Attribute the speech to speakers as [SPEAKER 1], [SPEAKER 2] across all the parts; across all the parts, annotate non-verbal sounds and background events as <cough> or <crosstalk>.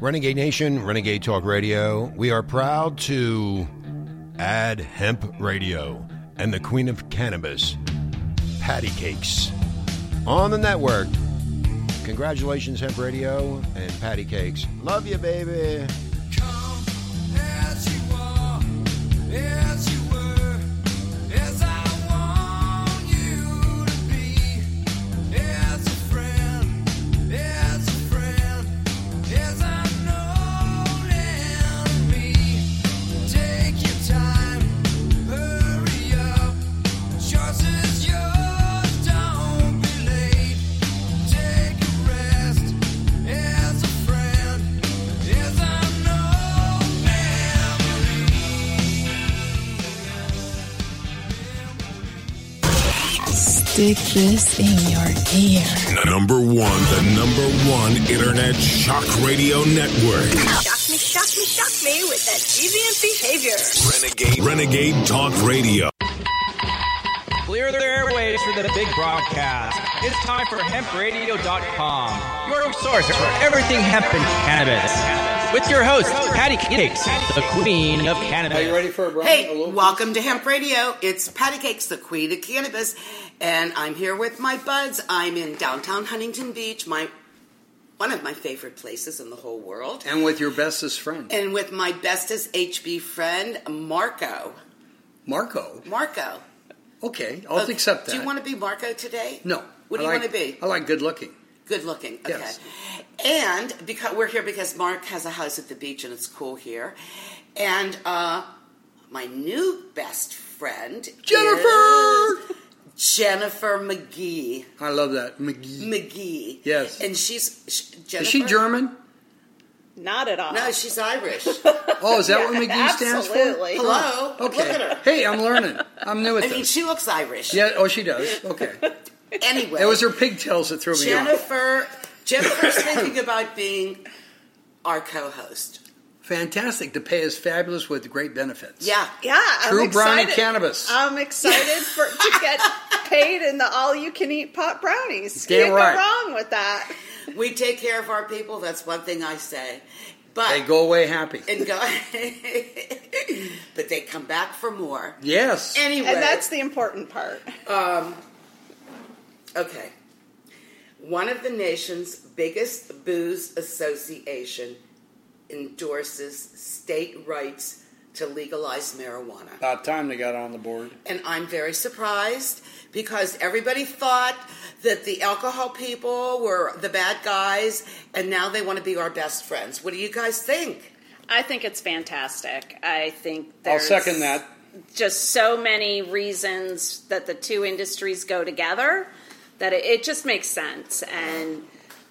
[SPEAKER 1] Renegade Nation, Renegade Talk Radio. We are proud to add hemp radio and the queen of cannabis, patty cakes, on the network. Congratulations, Hemp Radio and patty cakes. Love you, baby.
[SPEAKER 2] Stick this in your ear.
[SPEAKER 3] Number one, the number one internet shock radio network.
[SPEAKER 4] Shock me, shock me, shock me with that deviant behavior.
[SPEAKER 3] Renegade, Renegade Talk Radio.
[SPEAKER 5] Clear the airways for the big broadcast. It's time for hempradio.com, your source for everything hemp and cannabis. With your host, Patty Cakes, the queen of cannabis.
[SPEAKER 6] Are you ready for a Brian? A
[SPEAKER 7] Hey,
[SPEAKER 6] little-
[SPEAKER 7] welcome to Hemp Radio. It's Patty Cakes, the queen of cannabis, and I'm here with my buds. I'm in downtown Huntington Beach, my one of my favorite places in the whole world,
[SPEAKER 6] And with your bestest friend,
[SPEAKER 7] and with my bestest HB friend, Marco.
[SPEAKER 6] Marco.
[SPEAKER 7] Marco,
[SPEAKER 6] Okay, I'll
[SPEAKER 7] Okay,
[SPEAKER 6] accept that.
[SPEAKER 7] Do you want to be Marco today?
[SPEAKER 6] No. I
[SPEAKER 7] What do you
[SPEAKER 6] like-
[SPEAKER 7] want to be?
[SPEAKER 6] I like good looking.
[SPEAKER 7] Good looking. Okay.
[SPEAKER 6] Yes.
[SPEAKER 7] And because we're here because Mark has a house at the beach and it's cool here, and uh, my new best friend
[SPEAKER 6] Jennifer!
[SPEAKER 7] is Jennifer McGee.
[SPEAKER 6] I love that. McGee.
[SPEAKER 7] McGee.
[SPEAKER 6] Yes.
[SPEAKER 7] And she's sh- Jennifer.
[SPEAKER 6] Is she German?
[SPEAKER 8] Not at all.
[SPEAKER 7] No,
[SPEAKER 6] <laughs>
[SPEAKER 7] she's Irish.
[SPEAKER 6] Oh, is that
[SPEAKER 7] <laughs>
[SPEAKER 6] what McGee stands for?
[SPEAKER 8] Absolutely.
[SPEAKER 7] Hello.
[SPEAKER 6] Okay.
[SPEAKER 7] Look at her.
[SPEAKER 6] Hey, I'm learning. I'm new at
[SPEAKER 7] I
[SPEAKER 6] this.
[SPEAKER 7] mean, she looks Irish.
[SPEAKER 6] yeah, oh, she does. Okay.
[SPEAKER 7] <laughs> Anyway,
[SPEAKER 6] It was her pigtails that threw me off.
[SPEAKER 7] Jennifer. Jennifer's thinking about being our co-host.
[SPEAKER 6] Fantastic. The pay is fabulous with great benefits.
[SPEAKER 7] Yeah. Uh,
[SPEAKER 8] Yeah,
[SPEAKER 6] True
[SPEAKER 8] I'm
[SPEAKER 6] brownie
[SPEAKER 8] excited.
[SPEAKER 6] cannabis.
[SPEAKER 8] I'm excited for
[SPEAKER 9] <laughs>
[SPEAKER 8] to get paid in the all-you-can-eat pot brownies.
[SPEAKER 6] Damn
[SPEAKER 8] Can't
[SPEAKER 6] right.
[SPEAKER 8] go wrong with that.
[SPEAKER 7] We take care of our people. That's one thing I say. But
[SPEAKER 6] They go away happy.
[SPEAKER 7] and go, <laughs> but they come back for more.
[SPEAKER 6] Yes.
[SPEAKER 7] Anyway,
[SPEAKER 8] And that's the important part.
[SPEAKER 7] Okay. One of the nation's biggest booze association endorses state rights to legalize marijuana.
[SPEAKER 6] About time they got on the board.
[SPEAKER 7] And I'm very surprised because everybody thought that the alcohol people were the bad guys and now they want to be our best friends. What do you guys think?
[SPEAKER 9] I think it's fantastic. I think
[SPEAKER 6] I'll
[SPEAKER 9] there's
[SPEAKER 6] second that.
[SPEAKER 9] just so many reasons that the two industries go together that it, it just makes sense. And,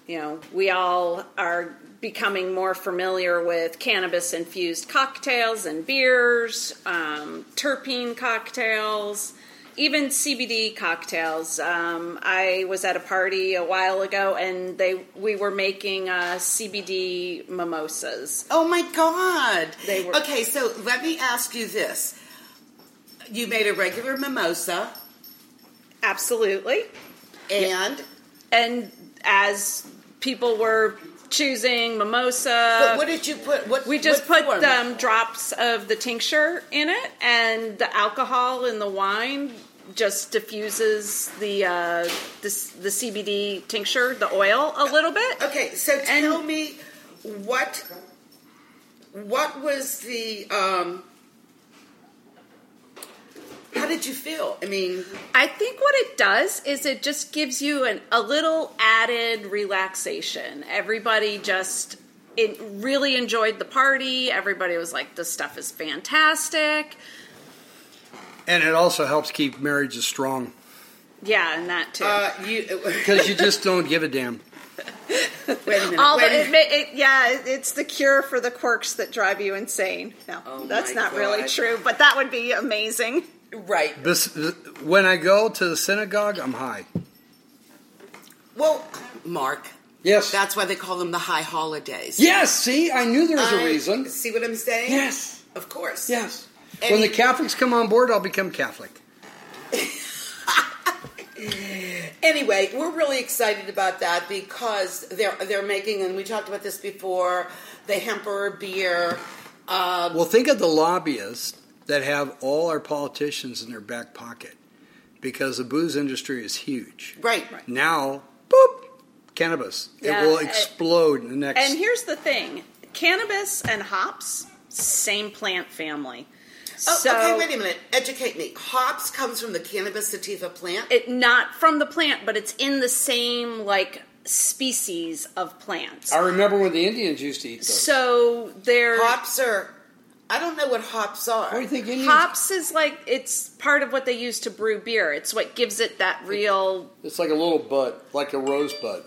[SPEAKER 9] you know, we all are becoming more familiar with cannabis infused cocktails and beers, um, terpene cocktails. Even CBD cocktails. Um, I was at a party a while ago, and they we were making uh, CBD mimosas.
[SPEAKER 7] Oh my God.
[SPEAKER 9] They were-
[SPEAKER 7] okay, so let me ask you this. You made a regular mimosa
[SPEAKER 8] Absolutely.
[SPEAKER 7] and.
[SPEAKER 9] and as people were choosing mimosa,
[SPEAKER 7] But what did you put? What
[SPEAKER 9] Uh, we just
[SPEAKER 7] what
[SPEAKER 9] put
[SPEAKER 7] form?
[SPEAKER 9] um, drops of the tincture in it, and the alcohol in the wine just diffuses the uh, the, the CBD tincture, the oil, a little bit.
[SPEAKER 7] Okay, so tell me what what was the um how did you feel? I mean,
[SPEAKER 9] I think what it does is it just gives you an, a little added relaxation. Everybody just it really enjoyed the party. Everybody was like, "This stuff is fantastic."
[SPEAKER 6] And it also helps keep marriages strong
[SPEAKER 9] Yeah, and that too.
[SPEAKER 7] uh, you
[SPEAKER 6] because you just don't give a damn.
[SPEAKER 7] wait a minute.
[SPEAKER 8] All
[SPEAKER 7] wait
[SPEAKER 8] the,
[SPEAKER 7] a
[SPEAKER 8] it,
[SPEAKER 7] minute.
[SPEAKER 8] ma- it, yeah, it, it's the cure for the quirks that drive you insane. No,
[SPEAKER 7] Oh
[SPEAKER 8] that's
[SPEAKER 7] my
[SPEAKER 8] not really
[SPEAKER 7] God.
[SPEAKER 8] true, but that would be amazing.
[SPEAKER 7] right.
[SPEAKER 6] This, when I go to the synagogue, I'm high.
[SPEAKER 7] Well, Mark,
[SPEAKER 6] Yes.
[SPEAKER 7] that's why they call them the high holidays.
[SPEAKER 6] yes. See, I knew there was a
[SPEAKER 7] I-
[SPEAKER 6] reason.
[SPEAKER 7] See what I'm saying?
[SPEAKER 6] Yes.
[SPEAKER 7] Of course.
[SPEAKER 6] Yes.
[SPEAKER 7] And
[SPEAKER 6] when
[SPEAKER 7] he-
[SPEAKER 6] the Catholics come on board, I'll become Catholic.
[SPEAKER 7] Anyway, we're really excited about that because they're they're making, and we talked about this before, the Hemper beer.
[SPEAKER 6] Well, think of the lobbyists that have all our politicians in their back pocket because the booze industry is huge.
[SPEAKER 7] Right. Right.
[SPEAKER 6] Now, boop, cannabis.
[SPEAKER 9] Yeah,
[SPEAKER 6] it will
[SPEAKER 9] uh,
[SPEAKER 6] explode in the next.
[SPEAKER 9] And here's the thing cannabis and hops, same plant family.
[SPEAKER 7] Oh,
[SPEAKER 9] so
[SPEAKER 7] okay, wait a minute. Educate me. Hops comes from the cannabis sativa plant.
[SPEAKER 9] It, not from the plant, but it's in the same, like, species of plants.
[SPEAKER 6] I remember when the Indians used to eat those.
[SPEAKER 9] so they're.
[SPEAKER 7] hops are. I don't know what hops are.
[SPEAKER 6] what do you think Indians?
[SPEAKER 9] Hops is like it's part of what they use to brew beer. It's what gives it that real
[SPEAKER 6] It's like a little bud, like a rosebud.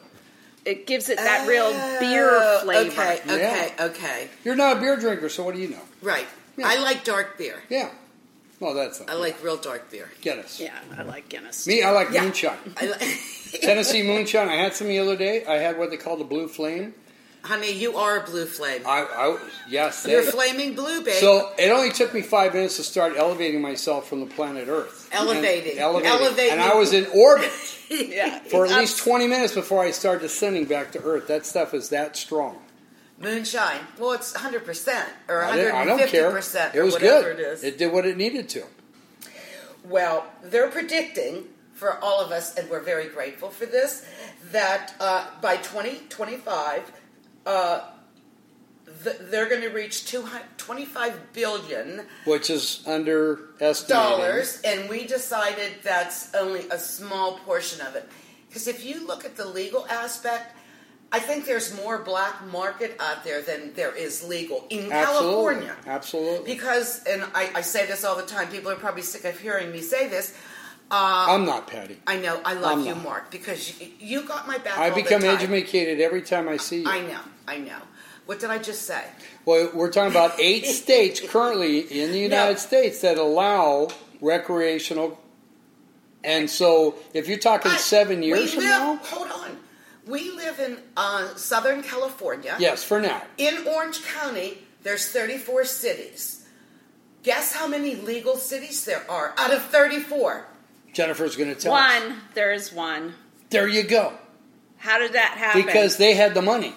[SPEAKER 9] it gives it that real beer
[SPEAKER 7] Oh,
[SPEAKER 9] flavor.
[SPEAKER 7] Okay, okay,
[SPEAKER 6] Yeah.
[SPEAKER 7] okay.
[SPEAKER 6] You're not a beer drinker, so what do you know?
[SPEAKER 7] Right.
[SPEAKER 6] Yeah.
[SPEAKER 7] I like dark beer.
[SPEAKER 6] Yeah. Well, that's not
[SPEAKER 7] I like real dark beer.
[SPEAKER 6] Guinness.
[SPEAKER 9] Yeah, I like Guinness.
[SPEAKER 6] Me, I like
[SPEAKER 7] Yeah.
[SPEAKER 6] moonshine.
[SPEAKER 7] I li- <laughs>
[SPEAKER 6] Tennessee moonshine. I had some the other day. I had what they call the blue flame.
[SPEAKER 7] Honey, you are a blue flame.
[SPEAKER 6] I, I yes.
[SPEAKER 7] You're
[SPEAKER 6] they-
[SPEAKER 7] flaming blue, babe. <laughs>
[SPEAKER 6] So it only took me five minutes to start elevating myself from the planet Earth.
[SPEAKER 7] Elevating.
[SPEAKER 6] And elevating.
[SPEAKER 7] Elevating.
[SPEAKER 6] And I was in orbit
[SPEAKER 9] yeah.
[SPEAKER 6] for at least 20 minutes before I started descending back to Earth. That stuff is that strong.
[SPEAKER 7] Moonshine. Well, it's 100% or
[SPEAKER 6] I, didn't- I don't
[SPEAKER 7] 150%
[SPEAKER 6] care.
[SPEAKER 7] or
[SPEAKER 6] it was
[SPEAKER 7] whatever
[SPEAKER 6] good.
[SPEAKER 7] it is.
[SPEAKER 6] did what it needed to.
[SPEAKER 7] Well, they're predicting for all of us, and we're very grateful for this, that uh, by 2025, uh, th- they're going to reach 200 25 billion
[SPEAKER 6] Which is underestimated.
[SPEAKER 7] dollars, and we decided that's only a small portion of it. Because if you look at the legal aspect, I think there's more black market out there than there is legal in
[SPEAKER 6] Absolutely.
[SPEAKER 7] California.
[SPEAKER 6] Absolutely.
[SPEAKER 7] Because, and I, I say this all the time, people are probably sick of hearing me say this.
[SPEAKER 6] I'm not Patty.
[SPEAKER 7] I know. I love
[SPEAKER 6] I'm
[SPEAKER 7] you,
[SPEAKER 6] not.
[SPEAKER 7] Mark, because you, you got my back.
[SPEAKER 6] I
[SPEAKER 7] all the
[SPEAKER 6] become
[SPEAKER 7] time.
[SPEAKER 6] educated every time I see you.
[SPEAKER 7] I know. I know. What did I just say?
[SPEAKER 6] Well, we're talking
[SPEAKER 7] <laughs>
[SPEAKER 6] about eight states currently in the United States that allow recreational. And so, if you're talking
[SPEAKER 7] I-
[SPEAKER 6] seven
[SPEAKER 7] we
[SPEAKER 6] years from
[SPEAKER 7] live-
[SPEAKER 6] now,
[SPEAKER 7] Hold on. We live in uh, Southern California.
[SPEAKER 6] yes, for now,
[SPEAKER 7] In Orange County, there's 34 cities. Guess how many legal cities there are out of 34?
[SPEAKER 6] Jennifer's going to tell us.
[SPEAKER 9] One, there is one.
[SPEAKER 6] There you go,
[SPEAKER 9] How did that happen?
[SPEAKER 6] because they had the money.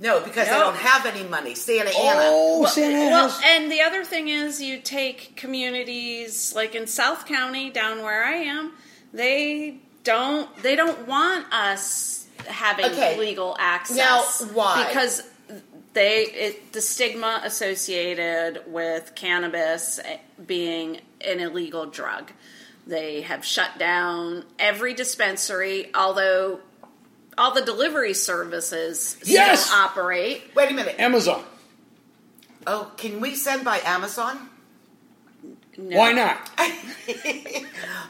[SPEAKER 7] No, because they
[SPEAKER 9] No.
[SPEAKER 7] don't have any money. Santa Ana.
[SPEAKER 6] Oh, Santa
[SPEAKER 9] well,
[SPEAKER 6] Ana's-
[SPEAKER 9] and the other thing is, you take communities like in South County, down where I am, they don't they don't want us having
[SPEAKER 7] Okay.
[SPEAKER 9] legal access.
[SPEAKER 7] Now, why?
[SPEAKER 9] Because they it, the stigma associated with cannabis being an illegal drug. They have shut down every dispensary, although all the delivery services
[SPEAKER 6] Yes!
[SPEAKER 9] still operate.
[SPEAKER 7] Wait a minute.
[SPEAKER 6] Amazon.
[SPEAKER 7] oh, can we send by Amazon?
[SPEAKER 9] No.
[SPEAKER 6] Why not?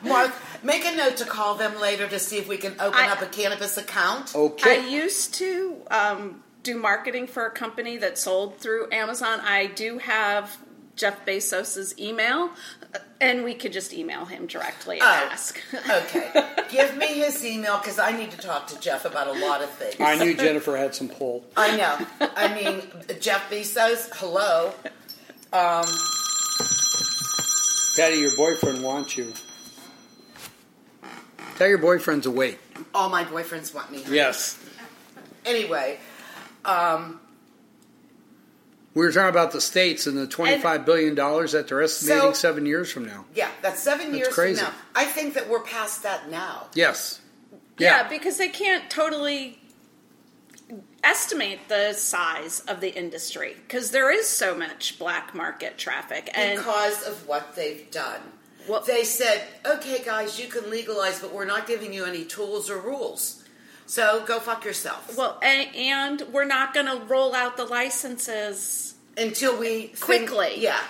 [SPEAKER 7] Mark, make a note to call them later to see if we can open
[SPEAKER 9] I-
[SPEAKER 7] up a cannabis account.
[SPEAKER 6] Okay.
[SPEAKER 9] I used to um, do marketing for a company that sold through Amazon. I do have Jeff Bezos's email, uh, and we could just email him directly and
[SPEAKER 7] Oh.
[SPEAKER 9] ask.
[SPEAKER 7] Okay. Give me his email because I need to talk to Jeff about a lot of things.
[SPEAKER 6] I knew Jennifer had some pull.
[SPEAKER 7] I know. I mean, Jeff Bezos, hello.
[SPEAKER 6] Patty, your boyfriend wants you. Tell your boyfriend's awake.
[SPEAKER 7] All my boyfriends want me.
[SPEAKER 6] Yes.
[SPEAKER 7] Anyway,
[SPEAKER 6] We were talking about the states and the twenty-five billion dollars that they're estimating
[SPEAKER 7] So-
[SPEAKER 6] seven years from now.
[SPEAKER 7] yeah, that's seven years
[SPEAKER 6] crazy.
[SPEAKER 7] from now. I think that we're past that now.
[SPEAKER 6] Yes.
[SPEAKER 9] <laughs> yeah. because they can't totally estimate the size of the industry because there is so much black market traffic and
[SPEAKER 7] because of what they've done.
[SPEAKER 9] Well-
[SPEAKER 7] they said, okay, guys, you can legalize, but we're not giving you any tools or rules. So go fuck yourself.
[SPEAKER 9] well, and, and we're not going to roll out the licenses
[SPEAKER 7] Until we think-
[SPEAKER 9] quickly.
[SPEAKER 7] yeah.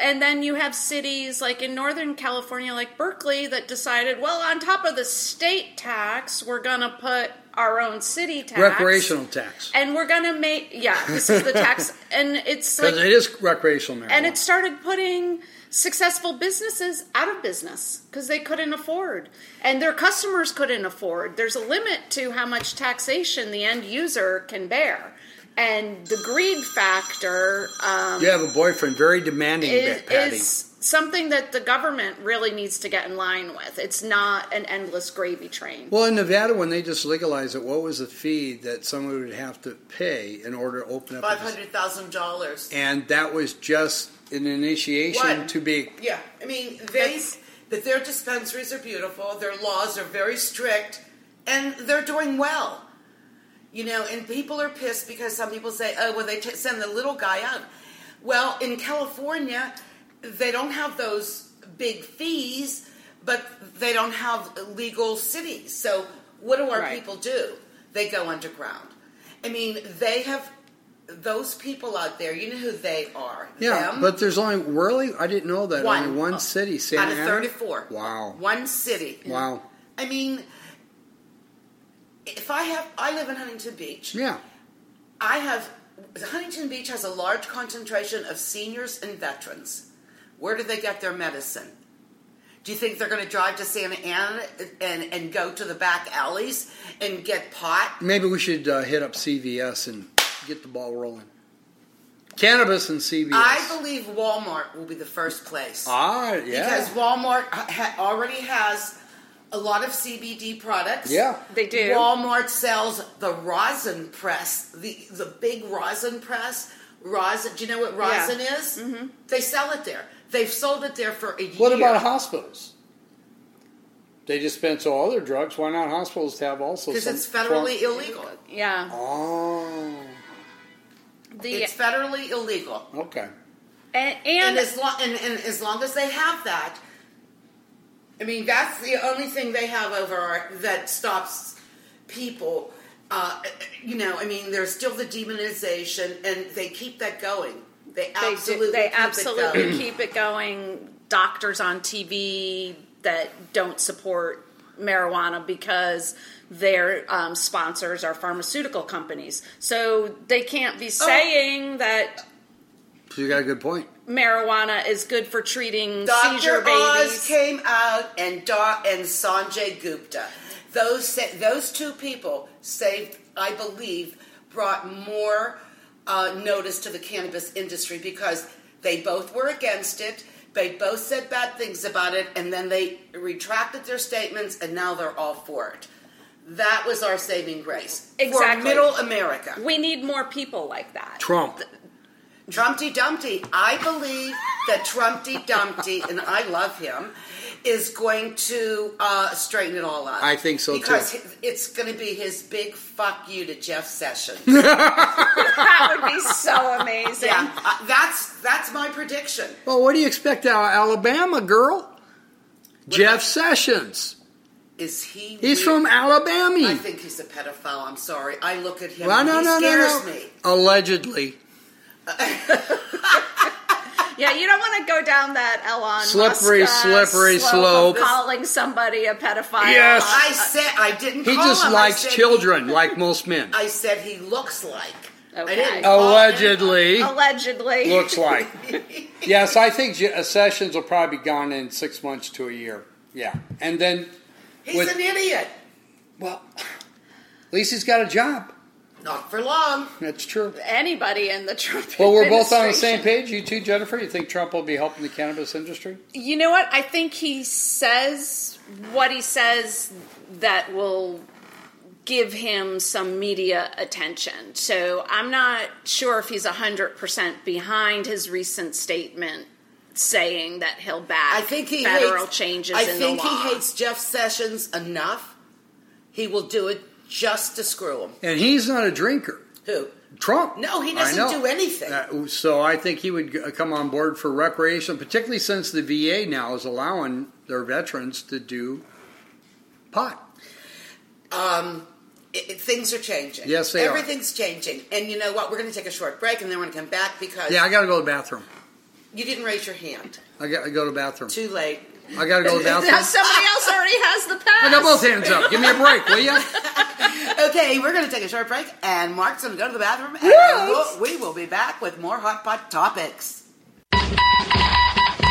[SPEAKER 9] And then you have cities like in Northern California, like Berkeley, that decided, well, on top of the state tax, we're going to put our own city tax.
[SPEAKER 6] Recreational tax.
[SPEAKER 9] And we're going to make, yeah, this is the
[SPEAKER 6] <laughs>
[SPEAKER 9] tax. and it's like,
[SPEAKER 6] Because it is recreational marijuana.
[SPEAKER 9] and it started putting successful businesses out of business because they couldn't afford. And their customers couldn't afford. There's a limit to how much taxation the end user can bear. And the greed factor um,
[SPEAKER 6] You have a boyfriend, very demanding,
[SPEAKER 9] is,
[SPEAKER 6] Patty.
[SPEAKER 9] is something that the government really needs to get in line with. It's not an endless gravy train.
[SPEAKER 6] Well, in Nevada, when they just legalized it, what was the fee that someone would have to pay in order to open up? a
[SPEAKER 7] Five hundred thousand dollars.
[SPEAKER 6] And that was just an initiation
[SPEAKER 7] One.
[SPEAKER 6] to be.
[SPEAKER 7] Yeah, I mean they, but their dispensaries are beautiful. Their laws are very strict, and they're doing well. You know, and people are pissed because some people say, "Oh, well, they t- send the little guy up." Well, in California, they don't have those big fees, but they don't have legal cities. So, what do our
[SPEAKER 9] Right.
[SPEAKER 7] people do? They go underground. I mean, they have those people out there. You know who they are?
[SPEAKER 6] Yeah,
[SPEAKER 7] Them
[SPEAKER 6] but there's only really I didn't know that
[SPEAKER 7] one, Oh,
[SPEAKER 6] only one city, San
[SPEAKER 7] out of
[SPEAKER 6] Ana?
[SPEAKER 7] 34.
[SPEAKER 6] Wow,
[SPEAKER 7] One city.
[SPEAKER 6] wow,
[SPEAKER 7] I mean, if I have, I live in Huntington Beach.
[SPEAKER 6] yeah,
[SPEAKER 7] I have, Huntington Beach has a large concentration of seniors and veterans. Where do they get their medicine? Do you think they're going to drive to Santa Ana and, and go to the back alleys and get pot?
[SPEAKER 6] maybe we should uh, hit up CVS and get the ball rolling. Cannabis and CVS.
[SPEAKER 7] I believe Walmart will be the first place.
[SPEAKER 6] Ah, yeah,
[SPEAKER 7] Because Walmart ha- ha- already has a lot of CBD products.
[SPEAKER 6] yeah.
[SPEAKER 9] They do.
[SPEAKER 7] Walmart sells the rosin press, the the big rosin press. Rosin. Do you know what
[SPEAKER 9] Yeah.
[SPEAKER 7] rosin is? Mm-hmm. They sell it there. They've sold it there for a year.
[SPEAKER 6] What about hospitals? They dispense all their drugs. Why not hospitals have also?
[SPEAKER 7] Because
[SPEAKER 6] some
[SPEAKER 7] it's federally
[SPEAKER 6] form-
[SPEAKER 7] illegal.
[SPEAKER 9] yeah.
[SPEAKER 6] Oh,
[SPEAKER 9] The
[SPEAKER 7] It's federally illegal.
[SPEAKER 6] okay.
[SPEAKER 9] and,
[SPEAKER 7] And
[SPEAKER 9] and
[SPEAKER 7] as long and, and as long as they have that, I mean that's the only thing they have over our, that stops people. Uh, you know, I mean, there's still the demonization, and they keep that going. They
[SPEAKER 9] they,
[SPEAKER 7] absolutely,
[SPEAKER 9] do, they
[SPEAKER 7] keep it going.
[SPEAKER 9] absolutely keep it going. Doctors on TV that don't support marijuana because their um, sponsors are pharmaceutical companies, so they can't be saying that
[SPEAKER 6] So you got a good point.
[SPEAKER 9] marijuana is good for treating Mm, seizure
[SPEAKER 7] Dr. Oz
[SPEAKER 9] babies.
[SPEAKER 7] came out and da- and Sanjay Gupta. Those sa- those two people saved, I believe, brought more uh, notice to the cannabis industry because they both were against it. They both said bad things about it, and then they retracted their statements, and now they're all for it. That was our saving grace
[SPEAKER 9] Exactly.
[SPEAKER 7] for middle America.
[SPEAKER 9] we need more people like that.
[SPEAKER 6] Trump.
[SPEAKER 7] Trumpty Dumpty. I believe that Trumpty Dumpty, and I love him, is going to uh, straighten it all up.
[SPEAKER 6] I think so, too.
[SPEAKER 7] because hi- it's going to be his big fuck you to
[SPEAKER 6] <laughs>
[SPEAKER 7] Jeff Sessions.
[SPEAKER 9] that would be <laughs> so amazing.
[SPEAKER 7] yeah, uh, that's that's my prediction.
[SPEAKER 6] Well, what do you expect out of Alabama, girl? Jeff Sessions.
[SPEAKER 7] Is he?
[SPEAKER 6] He's
[SPEAKER 7] real?
[SPEAKER 6] from Alabama.
[SPEAKER 7] I think he's a pedophile. I'm sorry. I look at him.
[SPEAKER 6] well,
[SPEAKER 7] and
[SPEAKER 6] no,
[SPEAKER 7] he
[SPEAKER 6] no, no,
[SPEAKER 7] scares
[SPEAKER 6] no.
[SPEAKER 7] me.
[SPEAKER 6] Allegedly.
[SPEAKER 9] Yeah, you don't want to go down that Elon
[SPEAKER 6] Slippery,
[SPEAKER 9] Musk, uh,
[SPEAKER 6] slippery slope.
[SPEAKER 9] of calling somebody a pedophile.
[SPEAKER 6] Yes.
[SPEAKER 7] I said I didn't.
[SPEAKER 6] Uh, He
[SPEAKER 7] call
[SPEAKER 6] just
[SPEAKER 7] him. I
[SPEAKER 6] likes
[SPEAKER 7] said he-
[SPEAKER 6] children, like most men.
[SPEAKER 7] I said he looks like.
[SPEAKER 9] Okay.
[SPEAKER 7] I didn't. call him.
[SPEAKER 6] Allegedly.
[SPEAKER 9] allegedly.
[SPEAKER 6] Looks like. yes, I think Je- Sessions will probably be gone in six months to a year. Yeah. And then,
[SPEAKER 7] He's
[SPEAKER 6] With-
[SPEAKER 7] an idiot.
[SPEAKER 6] well, at least he's got a job.
[SPEAKER 7] Not for long.
[SPEAKER 6] That's true.
[SPEAKER 9] anybody in the Trump.
[SPEAKER 6] Well, we're both on the same
[SPEAKER 9] administration.
[SPEAKER 6] page. You too, Jennifer. You think Trump will be helping the cannabis industry?
[SPEAKER 9] You know what? I think he says what he says that will give him some media attention. So I'm not sure if he's hundred percent behind his recent statement saying that he'll back
[SPEAKER 7] I think he
[SPEAKER 9] federal
[SPEAKER 7] hates,
[SPEAKER 9] changes
[SPEAKER 7] I
[SPEAKER 9] in
[SPEAKER 7] think
[SPEAKER 9] the law.
[SPEAKER 7] he hates Jeff Sessions enough. He will do it just to screw him.
[SPEAKER 6] And he's not a drinker.
[SPEAKER 7] Who?
[SPEAKER 6] Trump.
[SPEAKER 7] No, he
[SPEAKER 6] I
[SPEAKER 7] doesn't
[SPEAKER 6] know.
[SPEAKER 7] do anything.
[SPEAKER 6] Uh, so I think he would g- uh, come on board for recreation, particularly since the VA now is allowing their veterans to do pot.
[SPEAKER 7] Um, It- it- things are changing.
[SPEAKER 6] Yes, they are.
[SPEAKER 7] Everything's changing. And you know what? We're going to take a short break, and then we're going to come back because
[SPEAKER 6] Yeah, I got to go to the bathrogo bathroom.
[SPEAKER 7] you didn't raise your hand.
[SPEAKER 6] I got to go to the bathroom.
[SPEAKER 7] Too late.
[SPEAKER 6] I got to
[SPEAKER 7] <laughs>
[SPEAKER 6] go to the
[SPEAKER 9] Now <laughs>
[SPEAKER 6] bathroom.
[SPEAKER 9] somebody else <laughs> already has the
[SPEAKER 6] I
[SPEAKER 9] pass.
[SPEAKER 6] got both hands up. Give me a break, will you?
[SPEAKER 7] Okay, we're going to take a short break, and Mark's going to go to the bathroom, and
[SPEAKER 6] Yes.
[SPEAKER 7] we'll, we will be back with more hot pot topics.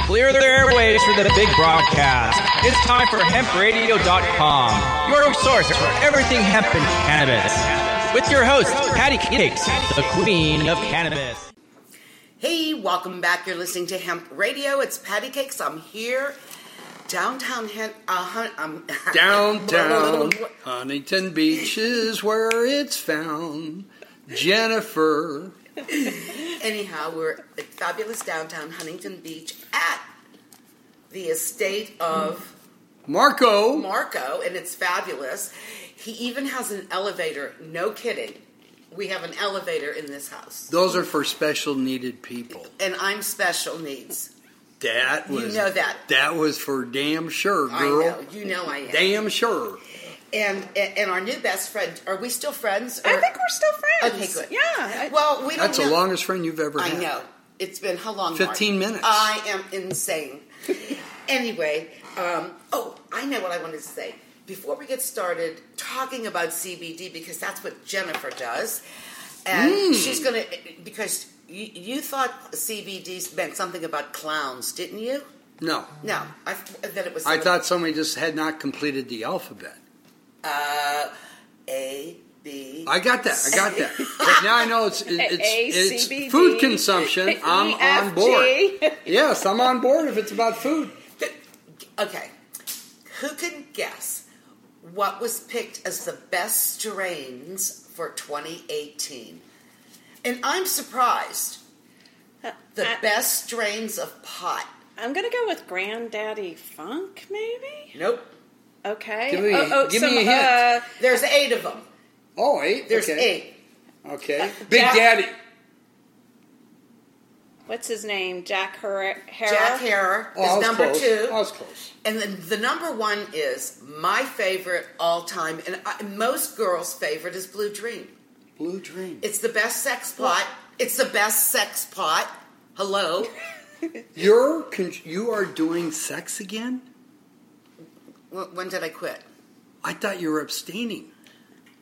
[SPEAKER 5] Clear the airways for the big broadcast. It's time for hempradio.com, your source for everything hemp and cannabis. with your host, Patty Cakes, the queen of cannabis.
[SPEAKER 7] Hey, welcome back. You're listening to Hemp Radio. It's Patty Cakes. I'm here downtown. Hen- uh, hun- I'm <laughs>
[SPEAKER 6] <laughs> Downtown Huntington Beach is where it's found. Jennifer.
[SPEAKER 7] Anyhow, we're at fabulous downtown Huntington Beach at the estate of
[SPEAKER 6] Marco.
[SPEAKER 7] Marco, and it's fabulous. He even has an elevator. No kidding. We have an elevator in this house.
[SPEAKER 6] Those are for special needed people.
[SPEAKER 7] And I'm special needs.
[SPEAKER 6] That
[SPEAKER 7] You
[SPEAKER 6] was
[SPEAKER 7] know that.
[SPEAKER 6] That was for damn sure,
[SPEAKER 7] I
[SPEAKER 6] girl.
[SPEAKER 7] know. You know I am.
[SPEAKER 6] Damn sure.
[SPEAKER 7] And and our new best friend. Are we still friends?
[SPEAKER 8] I
[SPEAKER 7] or-
[SPEAKER 8] think we're still friends.
[SPEAKER 7] Okay, good.
[SPEAKER 8] Yeah. I-
[SPEAKER 7] Well, we don't
[SPEAKER 6] That's
[SPEAKER 7] know.
[SPEAKER 6] the longest friend you've ever
[SPEAKER 7] I
[SPEAKER 6] had.
[SPEAKER 7] know. It's been how long?
[SPEAKER 6] 15 minutes.
[SPEAKER 7] I am insane. <laughs> anyway, um, oh, I know what I wanted to say. Before we get started talking about CBD, because that's what Jennifer does, and
[SPEAKER 6] Hmm.
[SPEAKER 7] she's going to, because you, you thought CBD meant something about clowns, didn't you?
[SPEAKER 6] No.
[SPEAKER 7] No, I that it was.
[SPEAKER 6] I thought somebody just had not completed the alphabet.
[SPEAKER 7] uh, A B.
[SPEAKER 6] I got that. I got that. But now I
[SPEAKER 7] <laughs>
[SPEAKER 6] know it's it's,
[SPEAKER 8] ACBD.
[SPEAKER 6] it's food
[SPEAKER 7] E,
[SPEAKER 6] consumption. I'm on board.
[SPEAKER 8] EFG.
[SPEAKER 6] Yes, I'm on board if it's about food.
[SPEAKER 7] Okay. Who can guess what was picked as the best strains for 2018? And I'm surprised. The
[SPEAKER 9] I-
[SPEAKER 7] best strains of pot.
[SPEAKER 9] <laughs> I'm gonna go with Granddaddy Funk, maybe.
[SPEAKER 7] Nope.
[SPEAKER 9] Okay.
[SPEAKER 6] Give me-
[SPEAKER 9] oh, oh,
[SPEAKER 6] give me
[SPEAKER 9] some,
[SPEAKER 6] a hint.
[SPEAKER 9] Uh,
[SPEAKER 7] There's eight of them.
[SPEAKER 6] Oh, eight.
[SPEAKER 7] There's
[SPEAKER 6] okay.
[SPEAKER 7] eight.
[SPEAKER 6] Okay. Big
[SPEAKER 9] Jack-
[SPEAKER 6] Daddy.
[SPEAKER 9] what's his name? Jack Her- Hera.
[SPEAKER 7] Jack Harrer
[SPEAKER 6] Oh, I
[SPEAKER 7] is
[SPEAKER 6] was
[SPEAKER 7] number
[SPEAKER 6] close.
[SPEAKER 7] two.
[SPEAKER 6] I was close.
[SPEAKER 7] And then the number one is my favorite all time, and I, most girls' favorite is Blue Dream.
[SPEAKER 6] Blue Dream.
[SPEAKER 7] It's the best sex pot. It's the best sex pot. Hello.
[SPEAKER 6] You're con- you are doing sex again?
[SPEAKER 7] Wh- when did I quit?
[SPEAKER 6] I thought you were abstaining.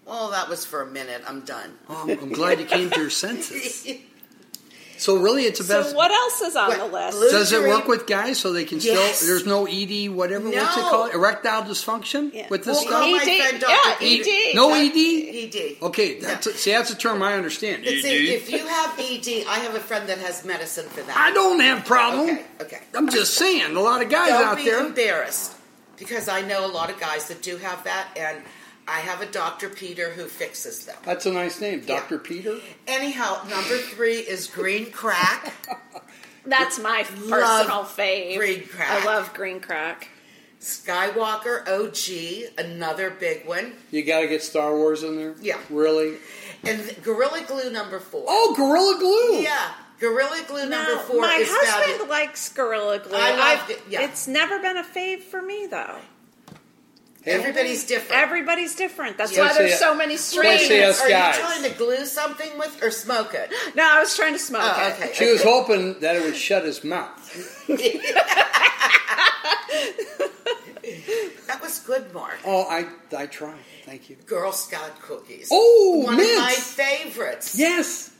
[SPEAKER 7] Well, Oh, that was for a minute. I'm done.
[SPEAKER 6] Oh, I'm, I'm glad you came to your
[SPEAKER 7] <laughs>
[SPEAKER 6] senses. So really, it's a best.
[SPEAKER 9] So what else is on
[SPEAKER 7] What-
[SPEAKER 9] the list?
[SPEAKER 7] Blue-
[SPEAKER 6] Does it
[SPEAKER 7] Surgery-
[SPEAKER 6] work with guys so they can
[SPEAKER 7] Yes.
[SPEAKER 6] still? There's no ED, whatever. What's it
[SPEAKER 7] No.
[SPEAKER 6] called? Erectile dysfunction
[SPEAKER 9] Yeah.
[SPEAKER 6] with this
[SPEAKER 7] Well, E
[SPEAKER 6] stuff. E
[SPEAKER 7] my
[SPEAKER 9] ED.
[SPEAKER 7] friend, Dr.
[SPEAKER 9] E yeah,
[SPEAKER 7] Ed.
[SPEAKER 9] ED.
[SPEAKER 6] No
[SPEAKER 9] That-
[SPEAKER 6] ED.
[SPEAKER 7] ED.
[SPEAKER 6] Okay, that's see, that's a term I understand.
[SPEAKER 7] But see, if you have ED, I have a friend that has medicine for that.
[SPEAKER 6] I don't have problem.
[SPEAKER 7] Okay, okay.
[SPEAKER 6] I'm just saying, a lot of guys
[SPEAKER 7] Don't
[SPEAKER 6] out
[SPEAKER 7] be
[SPEAKER 6] there.
[SPEAKER 7] embarrassed because I know a lot of guys that do have that, and I have a Dr. Peter who fixes them.
[SPEAKER 6] That's a nice name, Doctor Peter.
[SPEAKER 7] Anyhow, number three is green crack.
[SPEAKER 9] That's my personal fave.
[SPEAKER 7] green crack.
[SPEAKER 9] I love green crack.
[SPEAKER 7] Skywalker OG, another big one.
[SPEAKER 6] You got to get Star Wars in there.
[SPEAKER 7] Yeah.
[SPEAKER 6] really.
[SPEAKER 7] And th- Gorilla Glue number four.
[SPEAKER 6] Oh, Gorilla Glue.
[SPEAKER 7] Yeah, Gorilla Glue number
[SPEAKER 9] No,
[SPEAKER 7] four
[SPEAKER 9] my
[SPEAKER 7] is
[SPEAKER 9] husband
[SPEAKER 7] fabulous.
[SPEAKER 9] likes Gorilla Glue.
[SPEAKER 7] I
[SPEAKER 9] I've-
[SPEAKER 7] loved it, yeah.
[SPEAKER 9] It's never been a fave for me though.
[SPEAKER 7] Everybody's different.
[SPEAKER 9] Everybody's different. That's
[SPEAKER 6] Yeah.
[SPEAKER 9] why there's
[SPEAKER 6] Especially-
[SPEAKER 9] so many strains.
[SPEAKER 6] especially us
[SPEAKER 7] Are
[SPEAKER 6] guys.
[SPEAKER 7] you trying to glue something with or smoke it?
[SPEAKER 9] No, I was trying to smoke
[SPEAKER 7] Oh,
[SPEAKER 9] it.
[SPEAKER 7] okay.
[SPEAKER 6] She was hoping that it would shut his mouth.
[SPEAKER 7] That was good, Mark.
[SPEAKER 6] Oh, I I tried. Thank you.
[SPEAKER 7] Girl Scout cookies.
[SPEAKER 6] Oh,
[SPEAKER 7] one
[SPEAKER 6] mints.
[SPEAKER 7] of my favorites.
[SPEAKER 6] Yes.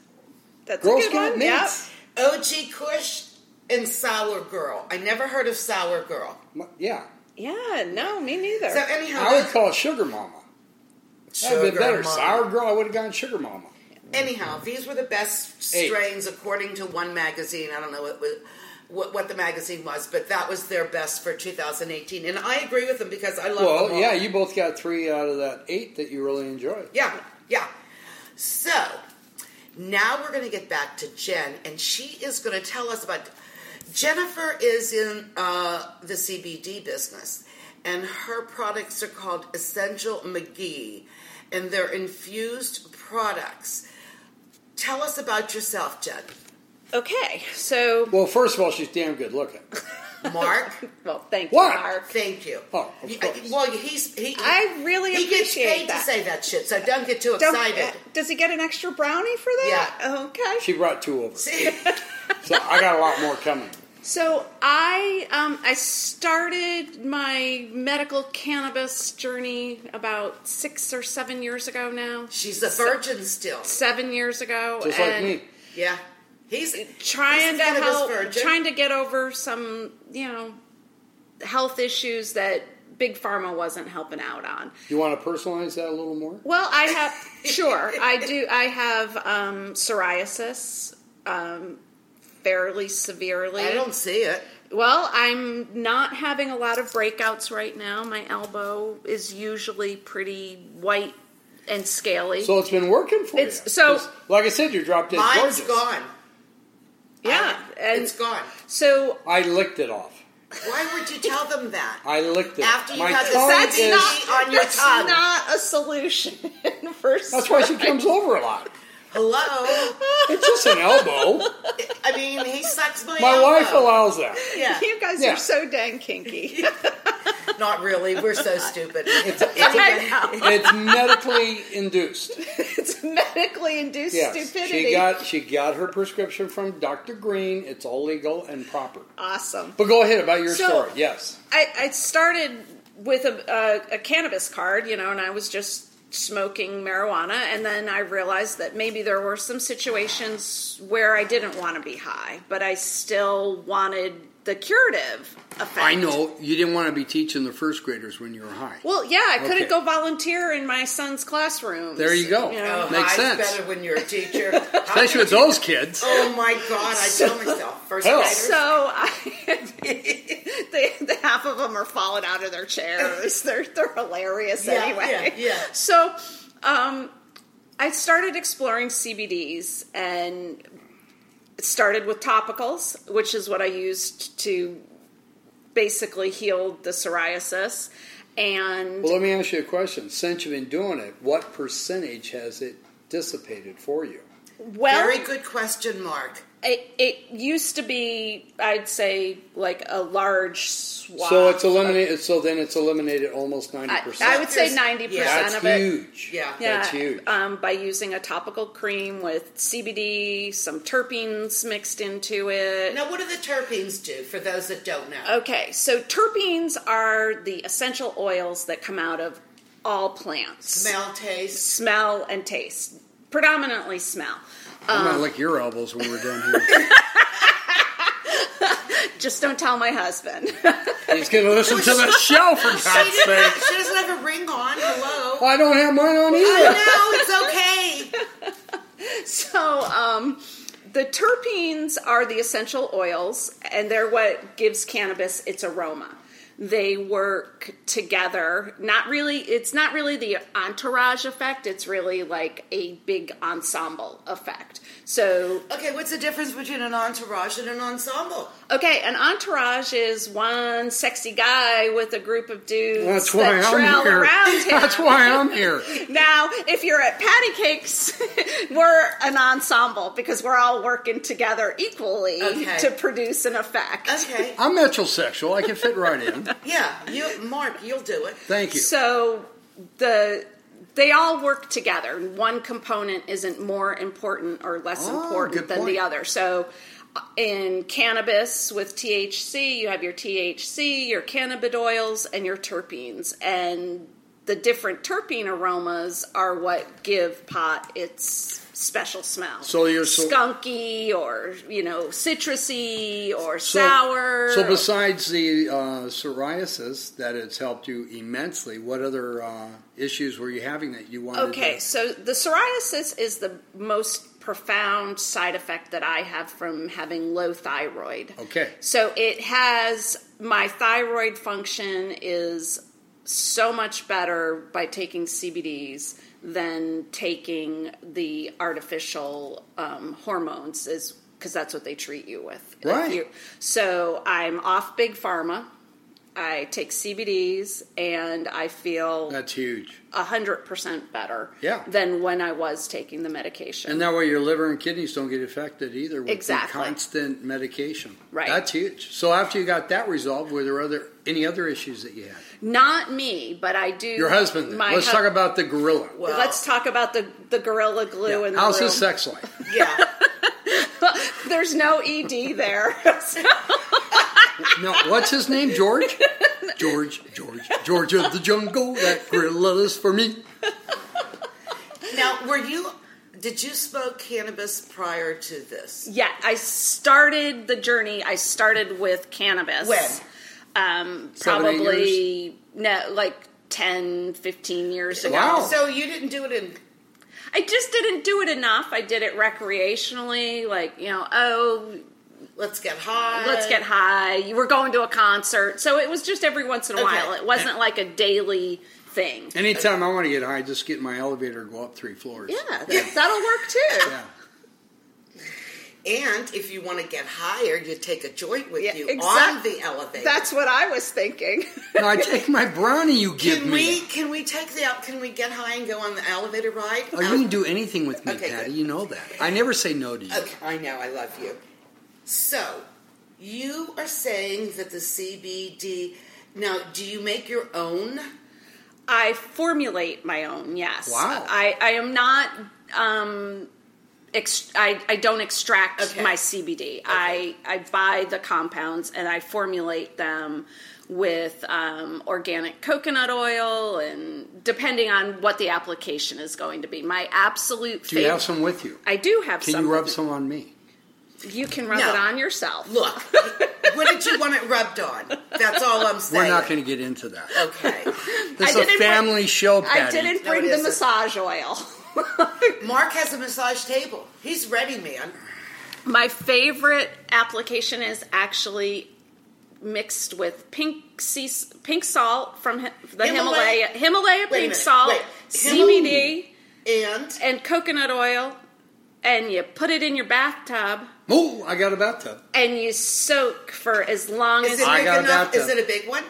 [SPEAKER 9] That's
[SPEAKER 6] Girl
[SPEAKER 9] a good
[SPEAKER 6] Scout
[SPEAKER 9] one.
[SPEAKER 6] mints.
[SPEAKER 7] OG Kush and Sour Girl. I never heard of Sour Girl.
[SPEAKER 6] M- Yeah.
[SPEAKER 9] Yep. Yeah, no, me neither.
[SPEAKER 7] So anyhow,
[SPEAKER 6] I would call it Sugar Mama. That'd
[SPEAKER 7] Sugar
[SPEAKER 6] been better.
[SPEAKER 7] Mama.
[SPEAKER 6] Sour Girl. I would have gone Sugar Mama.
[SPEAKER 7] anyhow, these were the best
[SPEAKER 6] Eight.
[SPEAKER 7] strains according to one magazine. I don't know what was. What, what the magazine was, but that was their best for 2018, and I agree with them because I love.
[SPEAKER 6] Well,
[SPEAKER 7] them all.
[SPEAKER 6] yeah, you both got three out of that eight that you really enjoyed.
[SPEAKER 7] Yeah, yeah. So now we're going to get back to Jen, and she is going to tell us about. Jennifer is in uh, the CBD business, and her products are called Essential McGee, and they're infused products. Tell us about yourself, Jen.
[SPEAKER 9] okay, so
[SPEAKER 6] Well, first of all, she's damn good looking.
[SPEAKER 9] <laughs>
[SPEAKER 7] Mark,
[SPEAKER 9] well, thank
[SPEAKER 6] What?
[SPEAKER 9] you, Mark.
[SPEAKER 7] thank you.
[SPEAKER 6] Oh, of
[SPEAKER 7] You-
[SPEAKER 6] course.
[SPEAKER 7] Well, he's he.
[SPEAKER 9] I really
[SPEAKER 7] he gets
[SPEAKER 9] appreciate
[SPEAKER 7] paid
[SPEAKER 9] that.
[SPEAKER 7] to say that shit, so don't get too
[SPEAKER 9] Don't-
[SPEAKER 7] excited.
[SPEAKER 9] does he get an extra brownie for that?
[SPEAKER 7] Yeah.
[SPEAKER 9] Okay.
[SPEAKER 6] She brought two over, so I got a lot more coming.
[SPEAKER 9] So I um, I started my medical cannabis journey about six or seven years ago now.
[SPEAKER 7] <laughs> She's a virgin still.
[SPEAKER 9] Seven years ago,
[SPEAKER 6] Just
[SPEAKER 9] and
[SPEAKER 6] like me.
[SPEAKER 7] Yeah, he's
[SPEAKER 9] trying
[SPEAKER 7] he's
[SPEAKER 9] to
[SPEAKER 7] kind of his
[SPEAKER 9] help,
[SPEAKER 7] virgin.
[SPEAKER 9] trying to get over some you know health issues that big pharma wasn't helping out on.
[SPEAKER 6] You want to personalize that a little more?
[SPEAKER 9] Well, I have
[SPEAKER 7] <laughs>
[SPEAKER 9] sure. I do. I have um, psoriasis, um, fairly severely.
[SPEAKER 7] I don't see it.
[SPEAKER 9] Well, I'm not having a lot of breakouts right now. My elbow is usually pretty white and scaly.
[SPEAKER 6] So it's been working for
[SPEAKER 9] It's-
[SPEAKER 6] you.
[SPEAKER 9] so-
[SPEAKER 6] 'Cause, like I said, you're drop dead
[SPEAKER 7] Mine's
[SPEAKER 6] gorgeous.
[SPEAKER 7] gone.
[SPEAKER 9] yeah, and
[SPEAKER 7] it's gone.
[SPEAKER 9] so
[SPEAKER 6] I licked it off.
[SPEAKER 7] Why would you tell them that?
[SPEAKER 6] I licked it.
[SPEAKER 7] After you
[SPEAKER 6] My
[SPEAKER 7] had the
[SPEAKER 6] tongue
[SPEAKER 7] sex,
[SPEAKER 9] that's
[SPEAKER 6] is, <laughs>
[SPEAKER 9] not
[SPEAKER 7] on your
[SPEAKER 9] that's
[SPEAKER 7] tongue.
[SPEAKER 9] not a solution <laughs> for
[SPEAKER 6] That's why she comes over a lot.
[SPEAKER 7] Hello?
[SPEAKER 6] It's just an
[SPEAKER 7] <laughs>
[SPEAKER 6] elbow.
[SPEAKER 7] I mean, he sucks my
[SPEAKER 6] My
[SPEAKER 7] elbow.
[SPEAKER 6] wife allows that.
[SPEAKER 7] Yeah.
[SPEAKER 9] <laughs> You guys
[SPEAKER 6] Yeah.
[SPEAKER 9] are so dang kinky.
[SPEAKER 7] Not really. We're so stupid.
[SPEAKER 6] It's, it's,
[SPEAKER 9] I know.
[SPEAKER 6] it's medically induced.
[SPEAKER 9] <laughs> It's medically induced
[SPEAKER 6] Yes,
[SPEAKER 9] stupidity.
[SPEAKER 6] she got she got her prescription from Dr. Green. It's all legal and proper.
[SPEAKER 9] awesome.
[SPEAKER 6] But go ahead about your
[SPEAKER 9] So-
[SPEAKER 6] story. Yes,
[SPEAKER 9] I, I started with a, a, a cannabis card, you know, and I was just smoking marijuana, and then I realized that maybe there were some situations where I didn't want to be high, but I still wanted the curative effect.
[SPEAKER 6] I know you didn't want to be teaching the first graders when you were high.
[SPEAKER 9] Well, yeah, I couldn't
[SPEAKER 6] Okay.
[SPEAKER 9] go volunteer in my son's classroom.
[SPEAKER 6] There you go.
[SPEAKER 7] Oh,
[SPEAKER 6] Makes
[SPEAKER 7] high's
[SPEAKER 6] sense.
[SPEAKER 7] better when you're a teacher.
[SPEAKER 9] <laughs>
[SPEAKER 6] Especially with those kids.
[SPEAKER 7] Oh my God! I tell myself first
[SPEAKER 6] Hell.
[SPEAKER 7] graders.
[SPEAKER 9] So I, <laughs> the, the half of them are falling out of their chairs. <laughs> They're they're hilarious
[SPEAKER 7] Yeah,
[SPEAKER 9] anyway.
[SPEAKER 7] yeah, yeah.
[SPEAKER 9] So, um, I started exploring CBDs and it started with topicals, which is what I used to basically heal the psoriasis. And
[SPEAKER 6] Well, let me ask you a question. Since you've been doing it, what percentage has it dissipated for you?
[SPEAKER 9] well,
[SPEAKER 7] Very good question, Mark.
[SPEAKER 9] it, it used to be, I'd say, like a large swath.
[SPEAKER 6] So it's
[SPEAKER 9] of-
[SPEAKER 6] eliminated. So then it's eliminated almost ninety
[SPEAKER 9] I,
[SPEAKER 6] percent.
[SPEAKER 9] I would say
[SPEAKER 7] There's-
[SPEAKER 9] ninety percent
[SPEAKER 6] That's
[SPEAKER 9] of it.
[SPEAKER 6] huge.
[SPEAKER 7] Yeah.
[SPEAKER 9] Yeah,
[SPEAKER 6] that's huge.
[SPEAKER 9] Um, by using a topical cream with CBD, some terpenes mixed into it.
[SPEAKER 7] Now, what do the terpenes do? For those that don't know,
[SPEAKER 9] Okay, so terpenes are the essential oils that come out of all plants.
[SPEAKER 7] smell, taste.
[SPEAKER 9] Smell and taste, predominantly smell.
[SPEAKER 6] I'm gonna lick your elbows when we're done
[SPEAKER 9] <laughs>
[SPEAKER 6] here.
[SPEAKER 9] Just don't tell my husband.
[SPEAKER 6] He's gonna listen to the show for
[SPEAKER 7] She,
[SPEAKER 6] God's
[SPEAKER 7] didn't,
[SPEAKER 6] sake.
[SPEAKER 7] she doesn't have a ring on. Hello.
[SPEAKER 6] I don't have mine on either.
[SPEAKER 7] I know it's okay.
[SPEAKER 9] so um, the terpenes are the essential oils and they're what gives cannabis its aroma they work together not really it's not really the entourage effect it's really like a big ensemble effect so
[SPEAKER 7] Okay, what's the difference between an entourage and an ensemble?
[SPEAKER 9] Okay, an entourage is one sexy guy with a group of dudes
[SPEAKER 6] That's why
[SPEAKER 9] that
[SPEAKER 6] I'm
[SPEAKER 9] trail
[SPEAKER 6] here.
[SPEAKER 9] around him.
[SPEAKER 6] <laughs> That's why I'm here.
[SPEAKER 9] Now, if you're at Patty Cakes, <laughs> we're an ensemble because we're all working together equally
[SPEAKER 7] Okay.
[SPEAKER 9] to produce an effect.
[SPEAKER 7] Okay.
[SPEAKER 6] I'm metrosexual. I can fit right in.
[SPEAKER 7] Yeah, you, Mark, you'll do it.
[SPEAKER 6] Thank you.
[SPEAKER 9] So the they all work together. One component isn't more important or less
[SPEAKER 6] Oh,
[SPEAKER 9] important
[SPEAKER 6] good
[SPEAKER 9] than
[SPEAKER 6] point.
[SPEAKER 9] the other. So uh, in cannabis with THC, you have your THC, your cannabinoids, and your terpenes. And the different terpene aromas are what give pot its special smell.
[SPEAKER 6] So you're so-
[SPEAKER 9] skunky or, you know, citrusy or
[SPEAKER 6] So-
[SPEAKER 9] sour.
[SPEAKER 6] So, besides the uh, psoriasis that it's helped you immensely, what other uh, issues were you having that you wanted?
[SPEAKER 9] Okay,
[SPEAKER 6] to-
[SPEAKER 9] so the psoriasis is the most profound side effect that I have from having low thyroid.
[SPEAKER 6] Okay.
[SPEAKER 9] So it has my thyroid function is so much better by taking CBDs than taking the artificial um, hormones is because that's what they treat you with. If
[SPEAKER 6] Right.
[SPEAKER 9] you- so I'm off big pharma. I take CBDs and I feel
[SPEAKER 6] That's huge.
[SPEAKER 9] a hundred percent better
[SPEAKER 6] Yeah.
[SPEAKER 9] than when I was taking the medication.
[SPEAKER 6] And that way your liver and kidneys don't get affected either with the
[SPEAKER 9] Exactly.
[SPEAKER 6] constant medication.
[SPEAKER 9] Right.
[SPEAKER 6] That's huge. So after you got that resolved, were there other any other issues that you had?
[SPEAKER 9] Not me, but I do.
[SPEAKER 6] Your husband. then.
[SPEAKER 9] my
[SPEAKER 6] Let's
[SPEAKER 9] hu-
[SPEAKER 6] talk about the gorilla.
[SPEAKER 7] Well,
[SPEAKER 9] Let's talk about the the gorilla glue
[SPEAKER 6] Yeah.
[SPEAKER 9] in the
[SPEAKER 6] How's
[SPEAKER 9] room.
[SPEAKER 6] his sex life?
[SPEAKER 7] yeah.
[SPEAKER 9] There's no ed there. <laughs>
[SPEAKER 6] No, what's his name? George? George, George, George of the jungle. That gorilla is for me.
[SPEAKER 7] <laughs> Now, were you? Did you smoke cannabis prior to this?
[SPEAKER 9] yeah, I started the journey. I started with cannabis.
[SPEAKER 7] When?
[SPEAKER 9] um,
[SPEAKER 6] Seven, eight
[SPEAKER 9] probably no, like 10, 15 years ago.
[SPEAKER 6] Wow.
[SPEAKER 7] So you didn't do it in.
[SPEAKER 9] I just didn't do it enough. I did it recreationally, like, you know, oh,
[SPEAKER 7] Let's get high.
[SPEAKER 9] let's
[SPEAKER 6] Uh,
[SPEAKER 9] get high. You were going to a concert. So it was just every once in a
[SPEAKER 7] Okay.
[SPEAKER 9] while. It wasn't like a daily thing.
[SPEAKER 6] Anytime I want to get high, just get in my elevator and go up three floors.
[SPEAKER 9] Yeah, that- that'll work too.
[SPEAKER 6] Yeah.
[SPEAKER 7] And if you want to get higher, you take a joint with
[SPEAKER 8] Yeah,
[SPEAKER 7] you on
[SPEAKER 8] exact-
[SPEAKER 7] the elevator.
[SPEAKER 8] That's what I was thinking.
[SPEAKER 6] No, I take my brownie you give
[SPEAKER 7] can
[SPEAKER 6] me.
[SPEAKER 7] we can we take the can we get high and go on the elevator ride?
[SPEAKER 6] Oh, you can do anything with me,
[SPEAKER 7] Okay,
[SPEAKER 6] Patty.
[SPEAKER 7] good.
[SPEAKER 6] You know that. I never say no to you.
[SPEAKER 7] Okay, I know, I love you. So, you are saying that the CBD. Now, do you make your own?
[SPEAKER 9] I formulate my own. Yes.
[SPEAKER 6] Wow.
[SPEAKER 9] I, I am not. Um, ex- I I don't extract
[SPEAKER 7] Okay.
[SPEAKER 9] my CBD. I I buy the compounds and I formulate them with um, organic coconut oil and depending on what the application is going to be. My absolute.
[SPEAKER 6] Do you
[SPEAKER 9] favorite-
[SPEAKER 6] have some with you?
[SPEAKER 9] I do have
[SPEAKER 6] Can
[SPEAKER 9] some.
[SPEAKER 6] you rub
[SPEAKER 9] with
[SPEAKER 6] some on me?
[SPEAKER 9] me. You can rub
[SPEAKER 7] No.
[SPEAKER 9] it on yourself.
[SPEAKER 7] Look, <laughs> what did you want it rubbed on? That's all I'm saying.
[SPEAKER 6] We're not going to get into that.
[SPEAKER 7] Okay.
[SPEAKER 6] This is
[SPEAKER 9] I
[SPEAKER 6] a
[SPEAKER 9] didn't
[SPEAKER 6] family show, Patty.
[SPEAKER 9] I didn't
[SPEAKER 7] No,
[SPEAKER 9] bring
[SPEAKER 7] it
[SPEAKER 9] the
[SPEAKER 7] isn't.
[SPEAKER 9] massage
[SPEAKER 7] <laughs>
[SPEAKER 9] oil.
[SPEAKER 7] Mark has a massage table. He's ready, man.
[SPEAKER 9] My favorite application is actually mixed with pink sea, pink salt from hi- the Himalaya
[SPEAKER 7] Himalaya-
[SPEAKER 9] Himalaya
[SPEAKER 7] Wait a
[SPEAKER 9] pink
[SPEAKER 7] minute,
[SPEAKER 9] salt,
[SPEAKER 7] wait.
[SPEAKER 9] CBD,
[SPEAKER 7] And
[SPEAKER 9] and coconut oil, and you put it in your bathtub
[SPEAKER 6] Oh, I got a bathtub.
[SPEAKER 9] and you soak for as long
[SPEAKER 7] is
[SPEAKER 9] as
[SPEAKER 7] it
[SPEAKER 6] I
[SPEAKER 7] big
[SPEAKER 6] got a
[SPEAKER 7] enough?
[SPEAKER 6] bathtub.
[SPEAKER 7] Is it a big one?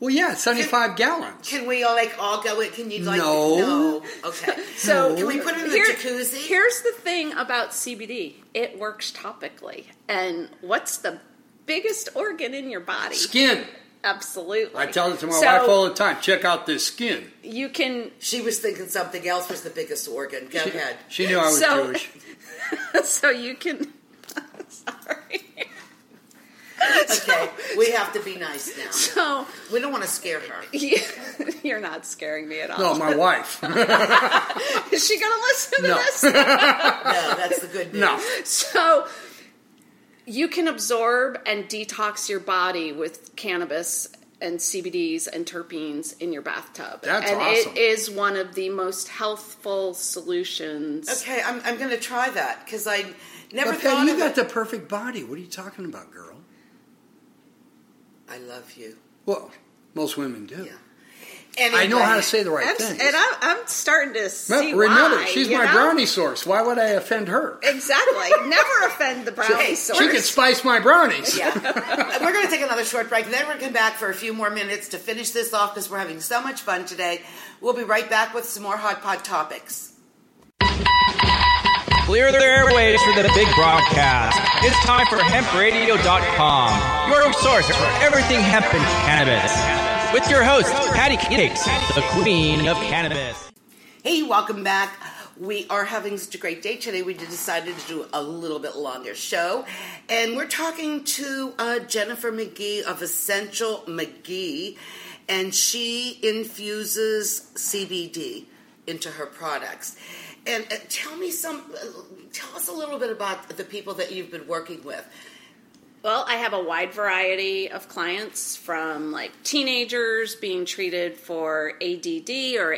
[SPEAKER 6] Well, yeah, seventy-five gallons.
[SPEAKER 7] Can we all like all go? in? Can you like
[SPEAKER 6] No.
[SPEAKER 7] no. Okay.
[SPEAKER 9] So
[SPEAKER 7] can we put it in the
[SPEAKER 9] Oh, Here-
[SPEAKER 7] jacuzzi?
[SPEAKER 9] Here's the thing about CBD: it works topically. And what's the biggest organ in your body?
[SPEAKER 6] Skin.
[SPEAKER 9] Absolutely.
[SPEAKER 6] I tell it to my
[SPEAKER 9] So,
[SPEAKER 6] wife all the time. Check out this skin.
[SPEAKER 9] You can <laughs>
[SPEAKER 7] She was thinking something else was the biggest organ. Go ahead.
[SPEAKER 6] She knew I was
[SPEAKER 9] So-
[SPEAKER 6] Jewish.
[SPEAKER 9] so you can. <laughs> Sorry.
[SPEAKER 7] Okay, we have to be nice now.
[SPEAKER 9] So
[SPEAKER 7] We don't want to scare her.
[SPEAKER 9] <laughs> you, you're not scaring me
[SPEAKER 6] <laughs>
[SPEAKER 9] at all.
[SPEAKER 6] No, Oh, my
[SPEAKER 9] <laughs>
[SPEAKER 6] wife.
[SPEAKER 9] Is she going to listen to
[SPEAKER 6] No.
[SPEAKER 9] this?
[SPEAKER 7] No, that's the good
[SPEAKER 6] <laughs>
[SPEAKER 7] news.
[SPEAKER 6] No.
[SPEAKER 9] So you can absorb and detox your body with cannabis and CBDs and terpenes in your bathtub.
[SPEAKER 6] That's
[SPEAKER 9] and
[SPEAKER 6] awesome.
[SPEAKER 9] it is one of the most healthful solutions.
[SPEAKER 7] Okay, I'm, I'm going to try that because I never
[SPEAKER 6] But
[SPEAKER 7] thought
[SPEAKER 6] Patty, you
[SPEAKER 7] of
[SPEAKER 6] got
[SPEAKER 7] it.
[SPEAKER 6] the perfect body. What are you talking about, girl?
[SPEAKER 7] I love you.
[SPEAKER 6] Well, most women do.
[SPEAKER 7] Yeah. Anyway,
[SPEAKER 6] I know how to say the right
[SPEAKER 8] I'm,
[SPEAKER 6] thing.
[SPEAKER 8] and I'm, I'm starting to see
[SPEAKER 6] remember,
[SPEAKER 8] why,
[SPEAKER 6] she's
[SPEAKER 8] you
[SPEAKER 6] my
[SPEAKER 8] know?
[SPEAKER 6] brownie source. Why would I offend her?
[SPEAKER 8] Exactly. Never offend
[SPEAKER 6] <laughs>
[SPEAKER 8] the brownie source.
[SPEAKER 6] She could spice my brownies.
[SPEAKER 7] Yeah. <laughs> we're going to take another short break, and then we're going to come back for a few more minutes to finish this off because we're having so much fun today. We'll be right back with some more Hot Pod topics.
[SPEAKER 5] Clear the airways for the big broadcast. It's time for hempradio.com, your source for everything hemp and cannabis. With your host, Patty Cakes, the queen of cannabis.
[SPEAKER 7] Hey, welcome back. We are having such a great day today. We decided to do a little bit longer show, and we're talking to uh, Jennifer McGee of Essential McGee, and she infuses CBD into her products. And uh, tell me some, tell us a little bit about the people that you've been working with.
[SPEAKER 9] Well, I have a wide variety of clients from like teenagers being treated for ADD or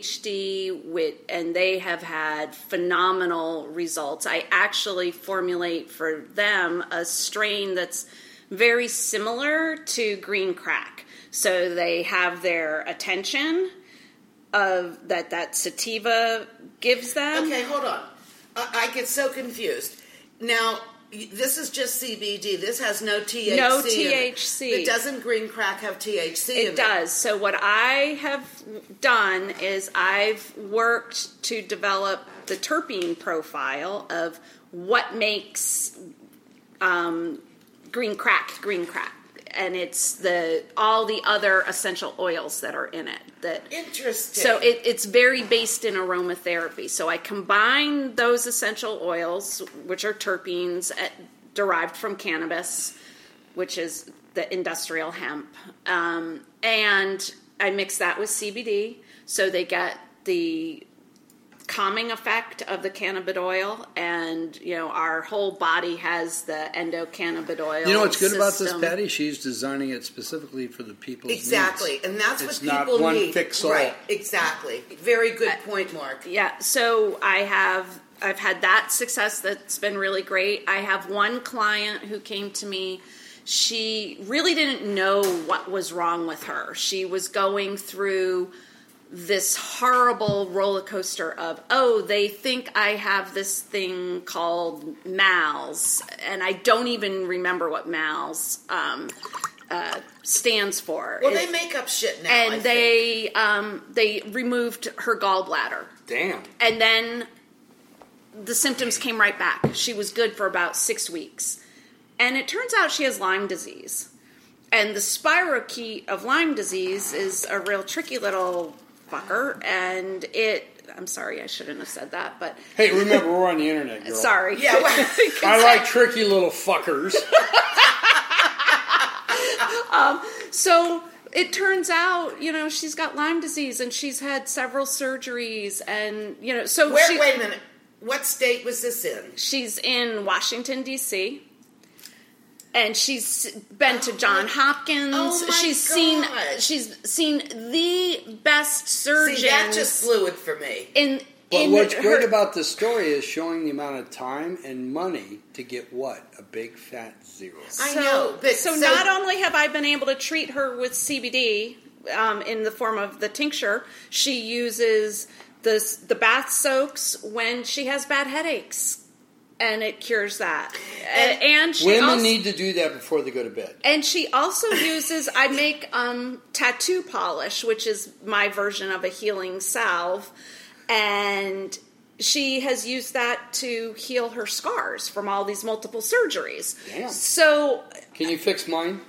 [SPEAKER 9] ADHD, with, and they have had phenomenal results. I actually formulate for them a strain that's very similar to green crack. So they have their attention of that that sativa gives them.
[SPEAKER 7] Okay, hold on. I, I get so confused. Now, y- this is just CBD. This has no THC.
[SPEAKER 9] No
[SPEAKER 7] in it.
[SPEAKER 9] THC.
[SPEAKER 7] It doesn't green crack have THC in
[SPEAKER 9] It does. So what I have done is I've worked to develop the terpene profile of what makes um, green crack green crack, and it's the all the other essential oils that are in it that
[SPEAKER 7] Interesting.
[SPEAKER 9] so it, it's very based in aromatherapy. So I combine those essential oils, which are terpenes eh, derived from cannabis, which is the industrial hemp, um, and I mix that with CBD, so they get the calming effect of the cannabid oil, and you know our whole body has the endocannabid oil.
[SPEAKER 6] <laughs> You know what's good about this,
[SPEAKER 9] system.
[SPEAKER 6] Patty? She's designing it specifically for the people.
[SPEAKER 7] Exactly, and that's
[SPEAKER 6] It's
[SPEAKER 7] what
[SPEAKER 6] not
[SPEAKER 7] people
[SPEAKER 6] one
[SPEAKER 7] need.
[SPEAKER 6] fix-all.
[SPEAKER 7] Right, exactly. Very good
[SPEAKER 9] Uh,
[SPEAKER 7] point, Mark.
[SPEAKER 9] Yeah, so I have I've had that success that's been really great. I have one client who came to me. She really didn't know what was wrong with her. She was going through this horrible roller coaster of, oh, they think I have this thing called MALS, and I don't even remember what MALS um, uh, stands for.
[SPEAKER 7] Well,
[SPEAKER 9] It-
[SPEAKER 7] they make up shit now. I
[SPEAKER 9] and
[SPEAKER 7] think.
[SPEAKER 9] they um, they removed her gallbladder
[SPEAKER 6] Damn.
[SPEAKER 9] and then the symptoms came right back. She was good for about six weeks. And it turns out she has Lyme disease. And the spirochete of Lyme disease is a real tricky little fucker. And it, I'm sorry, I shouldn't have said that, but
[SPEAKER 6] Hey, remember we're on the
[SPEAKER 7] <laughs>
[SPEAKER 6] internet, girl.
[SPEAKER 9] sorry. <laughs>
[SPEAKER 7] Yeah, well,
[SPEAKER 6] I like tricky little
[SPEAKER 7] <laughs>
[SPEAKER 6] fuckers.
[SPEAKER 9] So it turns out, you know, she's got Lyme disease and she's had several surgeries. And, you know, so
[SPEAKER 7] where,
[SPEAKER 9] she-
[SPEAKER 7] wait a minute. What state was this in?
[SPEAKER 9] She's in Washington D.C. and she's been to John Hopkins.
[SPEAKER 7] Oh my
[SPEAKER 9] she's seen
[SPEAKER 7] God.
[SPEAKER 9] she's seen the best surgeons
[SPEAKER 7] See, that just blew it for me.
[SPEAKER 9] in
[SPEAKER 6] But
[SPEAKER 9] in
[SPEAKER 6] what's
[SPEAKER 9] her-
[SPEAKER 6] great about this story is showing the amount of time and money to get what? A big fat zero.
[SPEAKER 7] I
[SPEAKER 9] so,
[SPEAKER 7] know, but
[SPEAKER 9] so,
[SPEAKER 7] so-
[SPEAKER 9] not only have I been able to treat her with CBD um, in the form of the tincture, she uses the the bath soaks when she has bad headaches, and it cures that. And, and she
[SPEAKER 6] Women
[SPEAKER 9] also,
[SPEAKER 6] need to do that before they go to bed.
[SPEAKER 9] And she also uses I make um, tattoo polish, which is my version of a healing salve, and she has used that to heal her scars from all these multiple surgeries.
[SPEAKER 6] Damn.
[SPEAKER 9] So
[SPEAKER 6] Can you
[SPEAKER 9] <laughs>
[SPEAKER 6] fix mine?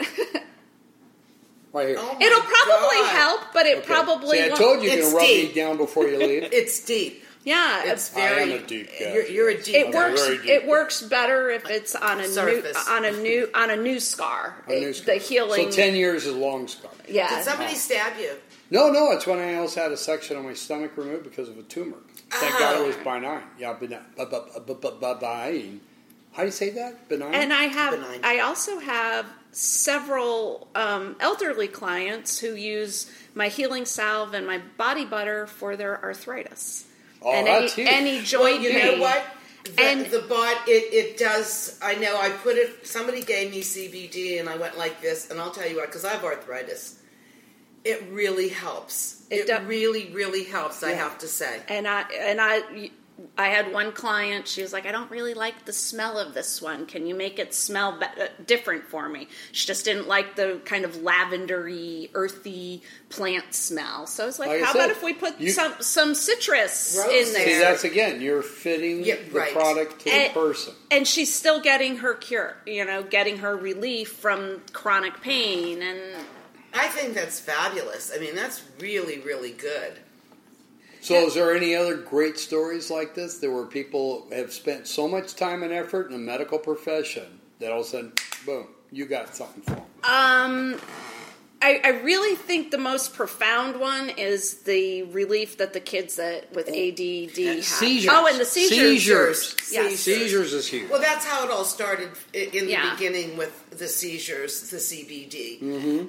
[SPEAKER 6] right here.
[SPEAKER 7] Oh my
[SPEAKER 9] it'll probably
[SPEAKER 7] God.
[SPEAKER 9] help, but it
[SPEAKER 6] Okay.
[SPEAKER 9] probably
[SPEAKER 6] See, I
[SPEAKER 9] won't-
[SPEAKER 6] told you you're
[SPEAKER 7] It's
[SPEAKER 6] gonna rub me
[SPEAKER 7] deep.
[SPEAKER 6] down before
[SPEAKER 9] <laughs>
[SPEAKER 6] you leave.
[SPEAKER 7] It's deep.
[SPEAKER 9] Yeah,
[SPEAKER 7] It's
[SPEAKER 9] it-
[SPEAKER 7] very.
[SPEAKER 6] am a deep guy.
[SPEAKER 7] You're, you're a deep.
[SPEAKER 9] Uh, it
[SPEAKER 7] guy.
[SPEAKER 9] works.
[SPEAKER 6] very deep.
[SPEAKER 9] It works better if it's on a new
[SPEAKER 7] Surface.
[SPEAKER 9] on a new on a new scar.
[SPEAKER 6] A new
[SPEAKER 9] It- The
[SPEAKER 6] scar.
[SPEAKER 9] healing.
[SPEAKER 6] So ten years is a long scar.
[SPEAKER 9] yeah.
[SPEAKER 7] Did somebody stab you?
[SPEAKER 6] No, no, it's when I almost had a section of my stomach removed because of a tumor. Thank God it
[SPEAKER 9] Ah.
[SPEAKER 6] was benign. Yeah, benign. bu- bu- bu- bu- bu- benign. How do you say that? Mm-hmm. Benign.
[SPEAKER 9] And I have,
[SPEAKER 7] Benign.
[SPEAKER 9] I also have several um, elderly clients who use my healing salve and my body butter for their arthritis
[SPEAKER 6] Oh,
[SPEAKER 9] and
[SPEAKER 6] that's
[SPEAKER 9] any,
[SPEAKER 6] huge.
[SPEAKER 9] any joint
[SPEAKER 7] Well, you
[SPEAKER 9] pain.
[SPEAKER 7] know what? The,
[SPEAKER 9] And-
[SPEAKER 7] the bot, it, it does. I know. I put it. Somebody gave me CBD, and I went like this. And I'll tell you what, because I have arthritis, it really helps.
[SPEAKER 9] It
[SPEAKER 7] It,
[SPEAKER 9] do-
[SPEAKER 7] really, really helps. I have to say.
[SPEAKER 9] And I and I. I had one client. She was like, "I don't really like the smell of this one. Can you make it smell be- uh, different for me?" She just didn't like the kind of lavendery, earthy plant smell. So I was like,
[SPEAKER 6] Like I
[SPEAKER 9] "How
[SPEAKER 6] said,
[SPEAKER 9] about if we put
[SPEAKER 6] you-
[SPEAKER 9] some some citrus
[SPEAKER 7] Roses.
[SPEAKER 9] in
[SPEAKER 7] See,
[SPEAKER 9] there?"
[SPEAKER 6] See, that's again, you're fitting
[SPEAKER 7] Yeah,
[SPEAKER 6] the
[SPEAKER 7] right.
[SPEAKER 6] product to
[SPEAKER 9] And-
[SPEAKER 6] the person.
[SPEAKER 9] and she's still getting her cure you know getting her relief from chronic pain and
[SPEAKER 7] I think that's fabulous. I mean, that's really, really good.
[SPEAKER 6] So, is there any other great stories like this that where people have spent so much time and effort in the medical profession that all of a sudden, boom, you got something for them?
[SPEAKER 9] um, I, I really think the most profound one is the relief that the kids that with ADD have.
[SPEAKER 6] Seizures.
[SPEAKER 9] Oh, and the seizures.
[SPEAKER 6] Seizures.
[SPEAKER 9] Yes.
[SPEAKER 6] Seizures is huge.
[SPEAKER 7] Well, that's how it all started i- in the
[SPEAKER 9] Yeah.
[SPEAKER 7] beginning with the seizures, the CBD.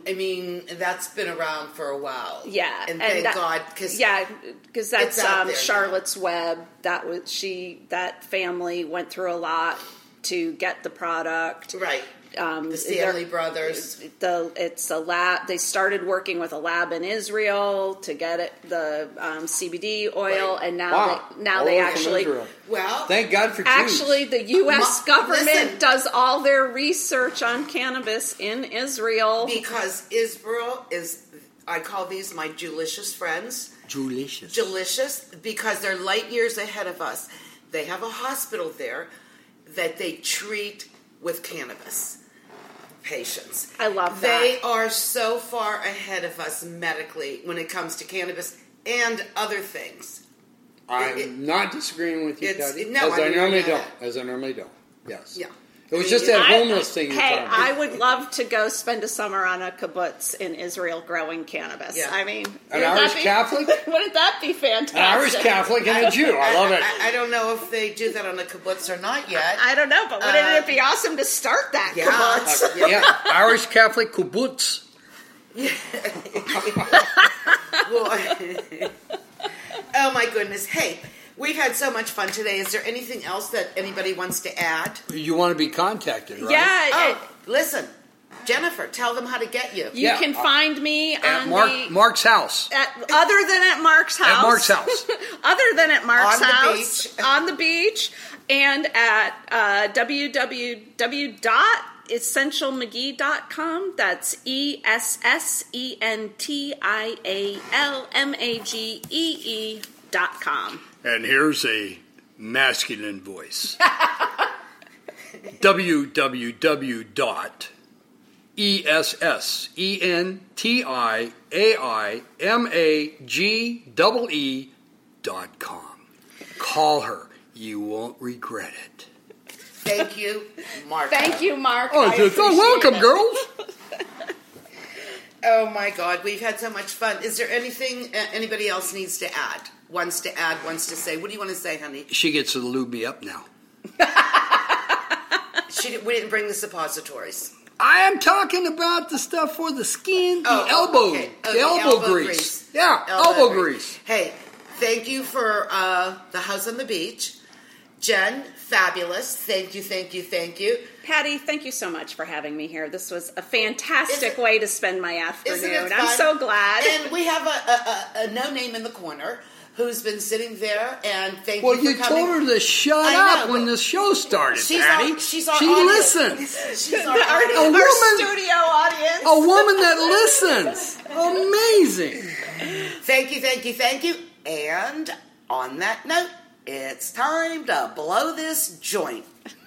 [SPEAKER 7] I mean, that's been around for a while.
[SPEAKER 9] Yeah,
[SPEAKER 7] and, thank
[SPEAKER 9] that-
[SPEAKER 7] God because
[SPEAKER 9] yeah, because that's
[SPEAKER 7] it's out
[SPEAKER 9] um,
[SPEAKER 7] there now.
[SPEAKER 9] Charlotte's Web. That was she. That family went through a lot to get the product.
[SPEAKER 7] right.
[SPEAKER 9] Um,
[SPEAKER 7] the Stanley
[SPEAKER 9] they're-
[SPEAKER 7] brothers.
[SPEAKER 9] the it's a lab. They started working with a lab in Israel to get it the um, CBD oil,
[SPEAKER 7] Right.
[SPEAKER 9] and now
[SPEAKER 6] Wow.
[SPEAKER 9] they, now
[SPEAKER 6] All
[SPEAKER 9] they
[SPEAKER 6] over from
[SPEAKER 9] actually
[SPEAKER 6] Israel.
[SPEAKER 7] Well,
[SPEAKER 6] Thank God for Jews.
[SPEAKER 9] actually the U.S.
[SPEAKER 7] Ma-
[SPEAKER 9] government
[SPEAKER 7] listen.
[SPEAKER 9] does all their research on cannabis in Israel.
[SPEAKER 7] because Israel is. I call these my delicious friends.
[SPEAKER 6] delicious.
[SPEAKER 7] delicious because they're light years ahead of us. They have a hospital there that they treat with cannabis patients.
[SPEAKER 9] I love
[SPEAKER 7] They are so far ahead of us medically when it comes to cannabis and other things.
[SPEAKER 6] I'm
[SPEAKER 7] it-
[SPEAKER 6] not disagreeing with you,
[SPEAKER 7] It's-
[SPEAKER 6] Patty.
[SPEAKER 7] no,
[SPEAKER 6] as
[SPEAKER 7] I
[SPEAKER 6] I,
[SPEAKER 7] mean,
[SPEAKER 6] normally
[SPEAKER 7] yeah.
[SPEAKER 6] don't. As I normally don't. Yes.
[SPEAKER 7] Yeah.
[SPEAKER 10] It was just that
[SPEAKER 9] I-
[SPEAKER 10] homeless thing you
[SPEAKER 9] Hey,
[SPEAKER 10] talked about.
[SPEAKER 9] I would love to go spend a summer on a kibbutz in Israel growing cannabis.
[SPEAKER 7] Yeah.
[SPEAKER 9] I mean,
[SPEAKER 10] An
[SPEAKER 9] wouldn't that
[SPEAKER 10] Irish
[SPEAKER 9] be-
[SPEAKER 10] Catholic?
[SPEAKER 9] <laughs> Wouldn't that be fantastic?
[SPEAKER 10] An Irish Catholic and a Jew. I love
[SPEAKER 9] <laughs>
[SPEAKER 10] it.
[SPEAKER 7] I, I don't know if they do that on the kibbutz or not yet.
[SPEAKER 9] I don't know, but wouldn't
[SPEAKER 7] Uh,
[SPEAKER 9] it be awesome to start that
[SPEAKER 7] Yeah.
[SPEAKER 9] kibbutz?
[SPEAKER 7] Yeah.
[SPEAKER 10] Yeah, Irish Catholic kibbutz.
[SPEAKER 7] Well, <laughs> oh my goodness. Hey, we've had so much fun today. Is there anything else that anybody wants to add?
[SPEAKER 10] You want to be contacted, right?
[SPEAKER 9] Yeah, it-
[SPEAKER 7] Oh, listen, Jennifer, tell them how to get you.
[SPEAKER 9] you
[SPEAKER 10] yeah.
[SPEAKER 9] can find me
[SPEAKER 10] At
[SPEAKER 9] on
[SPEAKER 10] Mark
[SPEAKER 9] the.
[SPEAKER 10] Mark's house.
[SPEAKER 9] at, other than at Mark's house.
[SPEAKER 10] At Mark's
[SPEAKER 9] <laughs>
[SPEAKER 10] house.
[SPEAKER 9] other than at Mark's
[SPEAKER 7] On the
[SPEAKER 9] house.
[SPEAKER 7] beach.
[SPEAKER 9] On the beach. And at uh, www.essentialmcgee.com. That's E S S E N T I A L M A G E E dot com.
[SPEAKER 6] And here's a masculine <laughs> voice. E E www.essentialmage.com. Call her. You won't regret it.
[SPEAKER 7] Thank you, Mark.
[SPEAKER 9] Thank you, Mark.
[SPEAKER 6] Oh,
[SPEAKER 9] I
[SPEAKER 6] you're so
[SPEAKER 9] appreciate
[SPEAKER 6] welcome,
[SPEAKER 9] it.
[SPEAKER 6] girls.
[SPEAKER 7] Oh my God, we've had so much fun. Is there anything uh, anybody else needs to add? Wants to add? Wants to say? What do you want to say, honey?
[SPEAKER 6] She gets to lube me up now.
[SPEAKER 7] She, didn't- we didn't bring the suppositories.
[SPEAKER 6] I am talking about the stuff for the skin, the
[SPEAKER 7] Oh,
[SPEAKER 6] elbow,
[SPEAKER 7] okay.
[SPEAKER 6] the
[SPEAKER 7] Okay,
[SPEAKER 6] elbow, grease. Yeah, elbow, grease.
[SPEAKER 7] Hey, thank you for uh, the house on the beach, Jen. Fabulous. Thank you, thank you, thank you.
[SPEAKER 9] Patty, thank you so much for having me here. This was a
[SPEAKER 7] Isn't-
[SPEAKER 9] fantastic way to spend my
[SPEAKER 7] Isn't
[SPEAKER 9] afternoon.
[SPEAKER 7] it
[SPEAKER 9] I'm
[SPEAKER 7] fun?
[SPEAKER 9] so glad.
[SPEAKER 7] And we have a, a, a, a no name in the corner who's been sitting there. And thank
[SPEAKER 6] Well,
[SPEAKER 7] you for
[SPEAKER 6] you
[SPEAKER 7] coming.
[SPEAKER 6] told her to shut
[SPEAKER 7] I
[SPEAKER 6] up
[SPEAKER 7] know,
[SPEAKER 6] when
[SPEAKER 7] but-
[SPEAKER 6] the show started,
[SPEAKER 7] She's
[SPEAKER 6] Patty.
[SPEAKER 7] our, she's our
[SPEAKER 6] she
[SPEAKER 7] audience.
[SPEAKER 6] listens.
[SPEAKER 7] <laughs> She's
[SPEAKER 9] <laughs>
[SPEAKER 7] our
[SPEAKER 9] our,
[SPEAKER 7] audience.
[SPEAKER 6] A
[SPEAKER 9] our
[SPEAKER 6] woman-
[SPEAKER 9] studio audience.
[SPEAKER 6] A woman that
[SPEAKER 7] <laughs>
[SPEAKER 6] listens. Amazing.
[SPEAKER 7] Thank you, thank you, thank you. And on that note, it's time to blow this joint.